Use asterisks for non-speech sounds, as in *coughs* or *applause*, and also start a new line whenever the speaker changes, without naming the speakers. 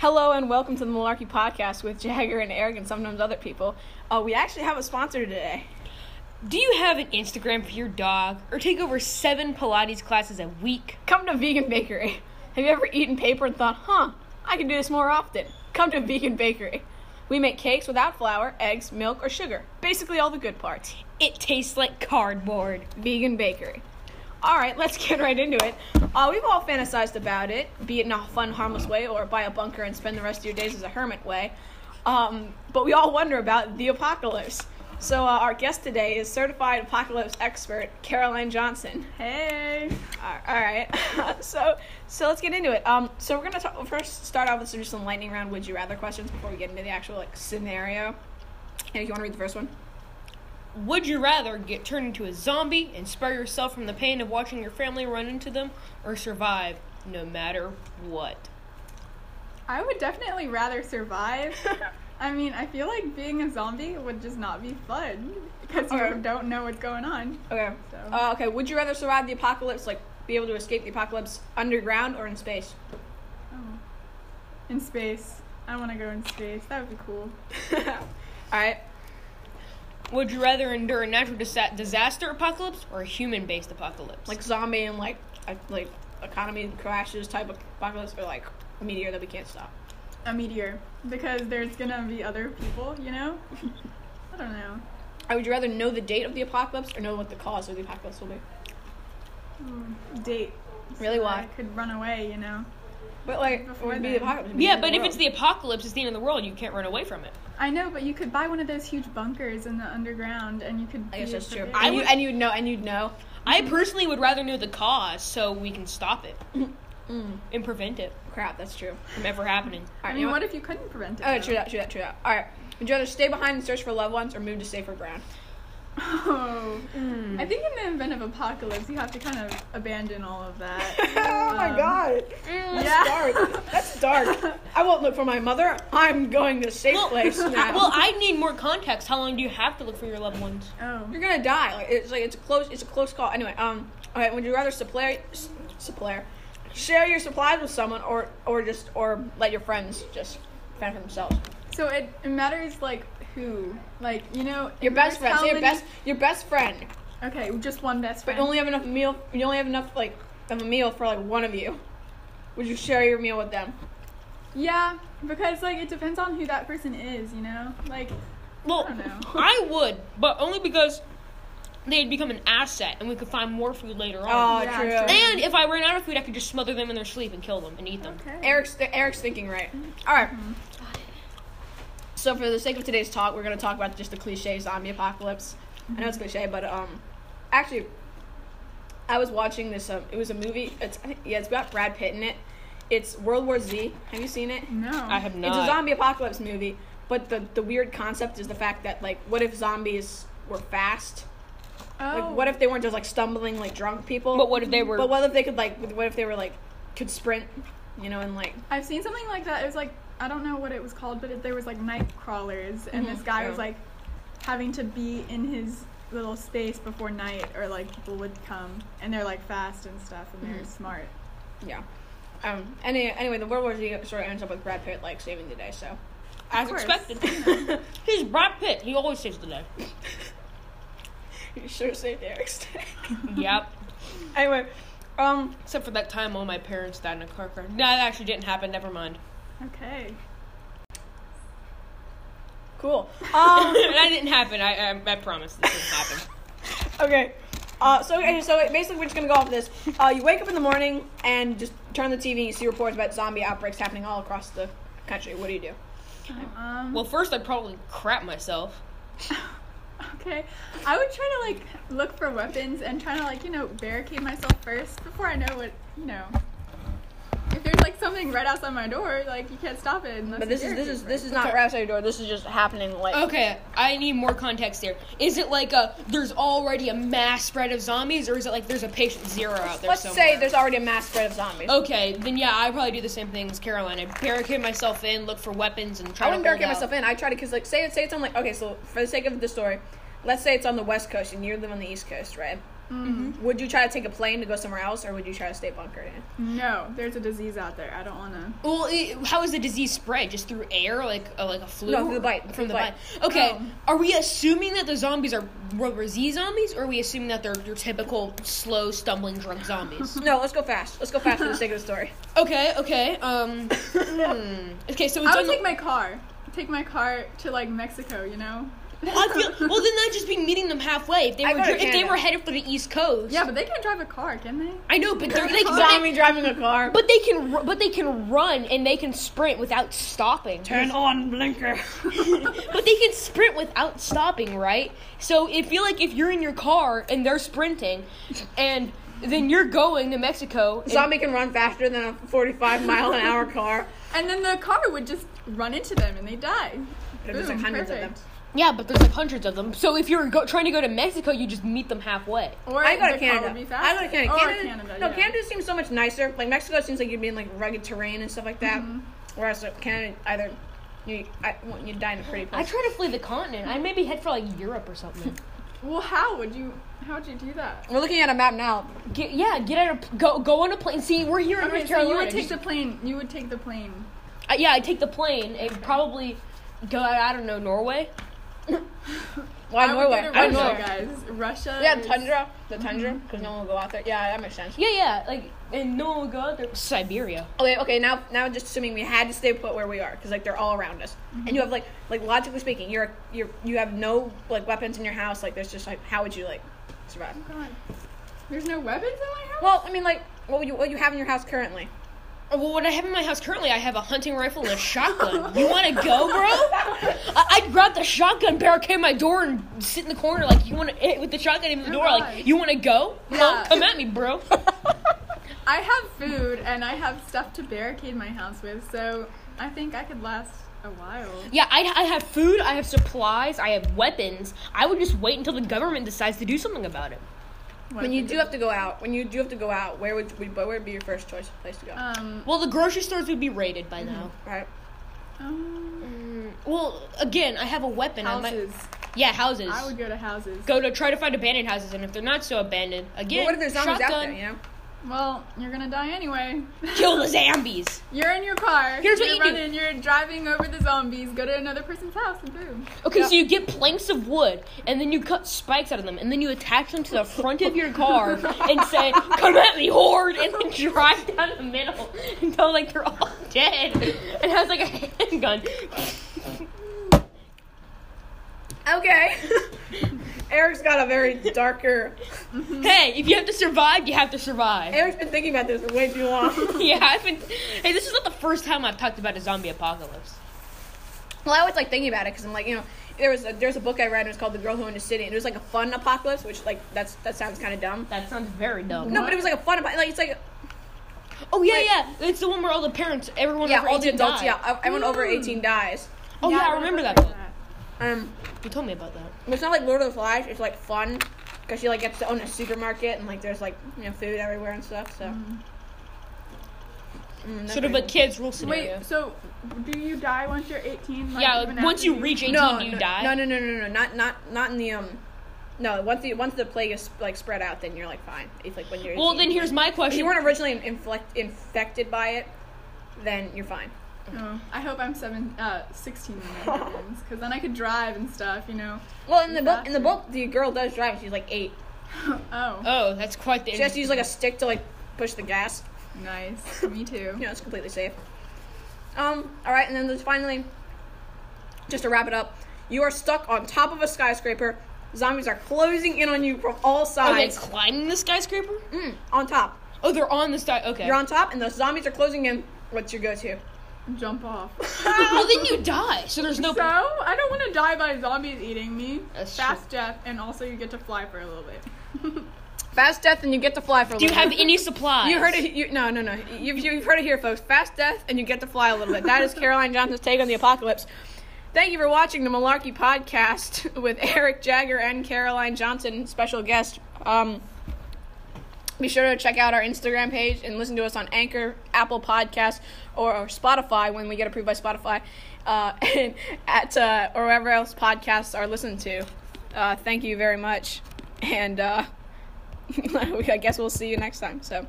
Hello and welcome to the Malarkey Podcast with Jagger and Eric and sometimes other people. Uh, we actually have a sponsor today.
Do you have an Instagram for your dog or take over seven Pilates classes a week?
Come to Vegan Bakery. Have you ever eaten paper and thought, huh, I can do this more often? Come to Vegan Bakery. We make cakes without flour, eggs, milk, or sugar. Basically, all the good parts.
It tastes like cardboard.
Vegan Bakery. All right, let's get right into it. Uh, we've all fantasized about it, be it in a fun, harmless way or buy a bunker and spend the rest of your days as a hermit way. Um, but we all wonder about the apocalypse. So, uh, our guest today is certified apocalypse expert Caroline Johnson.
Hey.
All right. *laughs* so so let's get into it. Um, so we're gonna talk, first start off with just some lightning round would you rather questions before we get into the actual like scenario. Hey, you want to read the first one?
Would you rather get turned into a zombie and spare yourself from the pain of watching your family run into them or survive no matter what?
I would definitely
*laughs*
rather survive. I mean, I feel like being a zombie would just not be fun because you
Okay.
don't know what's going on.
Okay.
So.
Uh, okay. Would you rather survive the apocalypse, like be able to escape the apocalypse underground or in *laughs* space?
Oh. In space. I want to go in space. That would be cool.
All right.
Would you rather endure a natural disa- disaster apocalypse or a human based apocalypse?
Like zombie and like a, like economy crashes type of apocalypse, or like a meteor that we can't stop.
A meteor. Because there's going to be other people, you know? I don't know.
Uh, would you rather know the date of the apocalypse or know what the cause of the apocalypse will be?
Mm, Date. So
Really,
that
why?
I could run away, you know?
But like,
Before
it would be the
then.
apocalypse. it would be the
yeah,
end of
but
the
if
world.
it's the apocalypse, it's the end of the world. You can't run away from it.
I know, but you could buy one of those huge bunkers in the underground and you could.
I guess
be
that's true.
prepared.
And, you, and you'd know, and you'd know.
I personally would rather know the cause so we can stop it
*laughs* Mm.
and prevent it
Crap, that's true.
from ever happening.
All
I
right,
mean,
you
what
know
if you couldn't prevent it?
what? Oh,
though?
true that, true that, true that. All right. Would you rather stay behind and search for loved ones or move to safer ground?
Oh.
Hmm.
I think in the event of apocalypse, you have to kind of abandon all of that.
*laughs* oh my
Um,
god. *laughs* That's
yeah.
dark. That's dark. I won't look for my mother. I'm going to a safe
*laughs*
place now.
Well, I need more context. How long do you have to look for your loved ones?
Oh.
You're gonna die. Like it's like it's a close. It's a close call. Anyway, um, okay. Would you rather supply, s- supply, share your supplies with someone, or or just or let your friends just fend for themselves?
So it, it matters like who, like you know,
Your
it
best
matters
friend.
how
Say your
many-
best your best friend,
Okay, just one best
but
friend.
you only have enough meal. You only have enough like of a meal for like one of you. Would you share your meal with them?
yeah, because like it depends on who that person is, you know. Like
Well,
I don't know.
I would, but only because they'd become an asset and we could find more food later on.
Oh,
Yeah,
true.
true.
and if I ran out of food, I could just smother them in their sleep and kill them and eat them.
okay.
Eric's Eric's thinking right. All right. So for the sake of today's talk, we're gonna talk about just the cliche zombie apocalypse. I know it's cliche, but um, actually, I was watching this. Um, it was a movie. It's I think- yeah, it's got Brad Pitt in it. It's World War Z. Have you seen it?
No.
I have not.
It's a zombie apocalypse movie, but the the weird concept is the fact that like, what if zombies were fast?
Oh.
Like, what if they weren't just like stumbling like drunk people?
But what if they were?
But what if they could like? What if they were like, could sprint? You know, and like
I've seen something like that. It was like I don't know what it was called, but it, there was like night crawlers, and
Mhm.
this guy
Yeah.
was like having to be in his little space before night, or like people would come, and they're like fast and stuff, and
Mm-hmm.
they're smart.
Yeah. Um. Any, anyway, the World War Z story ends up with Brad Pitt like saving the day. So. *laughs*
as
course.
expected. He's Brad Pitt. He always saves the day.
you sure saved Eric's day. *laughs*
yep.
anyway, um.
Except for that time all my parents died in a car crash. No, that actually didn't happen. Never mind. *laughs*
Okay.
Cool. Um.
that didn't happen. I, I, I promise this didn't
*laughs*
happen.
okay. Uh, so okay, so basically we're just gonna go off this. Uh, you wake up in the morning and just turn the TV. You see reports about zombie outbreaks happening all across the country. What do you do?
Um,
Well, first I'd probably crap myself.
*laughs* okay. I would try to like look for weapons and try to like you know barricade myself first before I know what you know. If there's like something right outside my door, like you can't stop it. Unless
But
you
this is this
barricade
is
first.
this is not right outside your door. This is just happening like.
Okay, I need more context there. Is it like a there's already a mass spread of zombies, or is it like there's a patient zero out there
Let's
somewhere?
say there's already a mass spread of zombies.
Okay, then yeah, I probably do the same thing as Caroline. I barricade myself in, look for weapons, and try
I wouldn't
to hold
barricade
out.
myself in. I try to because like say say it's on like okay, so for the sake of the story, let's say it's on the west coast and you live on the east coast, right?
Mm-hmm.
Would you try to take a plane to go somewhere else, or would you try to stay bunkered in?
No, there's a disease out there. I don't want to.
Well, i how is the disease spread? Just through air, like uh, like a flu?
No, through the bite, through
From the
the
bite.
bite.
Okay,
Um,
are we assuming that the zombies are rubber Z zombies, or are we assuming that they're your typical slow, stumbling
*laughs*
drunk zombies?
No, let's go fast. Let's go fast for *laughs* the sake of the story.
okay, okay.
*coughs*
Um. hmm. Okay, so it's
I
on
would
the.
take my car. Take my car to like Mexico, you know?
I feel, well, then that'd just be meeting them halfway. If they
I
were
go to
if they
Canada.
were headed for the East Coast.
yeah, but they can't drive a car, can they?
I know, but they're, they can.
Zombie driving a car.
But they can, ru- but they can run and they can sprint without stopping.
Turn on blinker.
But they can sprint without stopping, right? So if you like, if you're in your car and they're sprinting, and then you're going to Mexico, and-
*laughs* Zombie can run faster than a 45 mile an hour car.
And then the car would just run into them and they die.
There's like
Boom,
hundreds of them.
perfect.
yeah, but there's like hundreds of them. So if you're go- trying to go to Mexico, you just meet them halfway.
Or
I go to
the car would
Canada.
be
I go to
faster.
Canada.
Or
Canada,
Canada,
no,
yeah.
Canada seems so much nicer. Like Mexico seems like you'd be in like rugged terrain and stuff like that. Whereas like, Canada, either you I, well, you die in a pretty
I
place.
try to flee the continent. I maybe head for like Europe or something.
Well, how would you? How would you do that?
We're looking at a map now.
Get, yeah, get out of go go on a plane. See, we're here in
Okay,
North
so
Carolina.
you would
Just-
take the plane. You would take the plane.
uh, yeah, I take the plane and probably go. I don't know Norway.
Why
I would
Norway?
go to
I don't
Russia,
know.
guys. Russia.
Yeah,
is-
tundra, the tundra, because no one will go out there. Yeah, that makes sense.
Yeah, yeah, like and no one would go out there. Siberia.
Okay, okay. Now, now, just assuming we had to stay put where we are, because like they're all around us, and you have like, like logically speaking, you're you're you have no like weapons in your house. Like, there's just like, how would you like survive?
Oh God. There's no weapons in my house.
Well, I mean, like, what would you what you have in your house currently? *laughs*
Oh, Well, what I have in my house currently, I have a hunting rifle and a *laughs* shotgun. You want to go, bro? I- I'd grab the shotgun, barricade my door, and sit in the corner like you want to hit with the shotgun in the
Oh
door.
God.
Like you want to go? No,
Yeah.
come at me, *laughs* bro.
I have food and I have stuff to barricade my house with, so I think I could last a while.
yeah, I, I have food, I have supplies, I have weapons. I would just wait until the government decides to do something about it.
What
When
if
you
we
do
did-
have to go out, when you do have to go out, where would where would be your first choice place to go?
Um.
Well, the grocery stores would be raided by now.
right.
um,
Mm, well, again, I have a weapon. I might,
houses.
yeah, houses.
I would go to houses.
go to try to find abandoned houses, and if they're not so abandoned,
But
again,
what if there's zombies
shotgun,
out there? You know.
Well, you're gonna die anyway. *laughs*
kill the zombies.
You're in your car.
Here's what
you're
you do.
running, You're driving over the zombies. Go to another person's house and boom.
Okay, so you get planks of wood, and then you cut spikes out of them, and then you attach them to the front of your car and say, Come at me, horde! And then drive down the middle until, like, they're all dead. It has, like, a handgun.
Okay. *laughs* Eric's got a very darker.
Hey, if you have to survive, you have to survive.
Eric's been thinking about this for way too long. *laughs*
*laughs* Yeah, I've been. Hey, this is not the first time I've talked about a zombie apocalypse.
Well, I always like thinking about it because I'm like, you know, there was a, there was a book I read. And it was called The Girl Who Owned a City, and it was like a fun apocalypse, which like that's that sounds kind of dumb.
That sounds very dumb.
No, but it was like a fun apo- like it's like
Oh, yeah,
Wait.
yeah. It's the one where all the parents, everyone
yeah,
over
all the
18
adults,
Oh, died.
yeah, everyone over
Mm.
18 dies.
Oh, yeah, I remember that book.
Um,
You told me about that.
but it's not like Lord of the Flies. It's like fun because she like gets to own a supermarket and like there's like you know food everywhere and stuff. So
Mm-hmm.
Mm, that's
Sort of a
pretty
kid's rule scenario.
Wait, so do you die once you're 18? Like,
yeah,
even
like, once
after
you reach 18,
no,
you
no,
die.
No, no, no, no, no, not not not in the um. No, once the once the plague is like spread out, then you're like fine. It's like when you're
Well,
18.
then here's my
if
question.
you weren't originally inflect, infected by it, then you're fine.
Oh, I hope I'm seven, uh, 16 when that happens, because then I could drive and stuff, you know. *laughs*
Well, in the book, in the book, the girl does drive. She's like eight.
Oh,
oh, that's quite the.
She has to use like a stick to like push the gas.
*laughs*
nice. Me too.
You know, it's completely safe. Um. All right, and then there's finally, just to wrap it up, you are stuck on top of a skyscraper. Zombies are closing in on you from all
Are they
sides.
climbing the skyscraper?
Mm, on top.
Oh, they're on the sky. Okay.
You're on top, and the zombies are closing in. What's your go-to?
*laughs*
Jump off.
well,
*laughs*
then you die. So there's no.
So, I don't want to die by zombies eating me.
That's
Fast death, and also you get to fly for a little bit. *laughs*
Fast death, and you get to fly for a
Do you
little
have
bit.
any supplies?
You heard it. You, no, no, no. You've, you've heard it here, folks. Fast death, and you get to fly a little bit. That is Caroline Johnson's take on the apocalypse. Thank you for watching the Malarkey Podcast *laughs* with Eric Jagger and Caroline Johnson, special guest. Um, be sure to check out our Instagram page and listen to us on Anchor, Apple Podcasts, or, or Spotify when we get approved by Spotify, uh, *laughs* and at uh, or wherever else podcasts are listened to. Uh, *laughs* thank you very much, and uh, I guess we'll see you next time. So.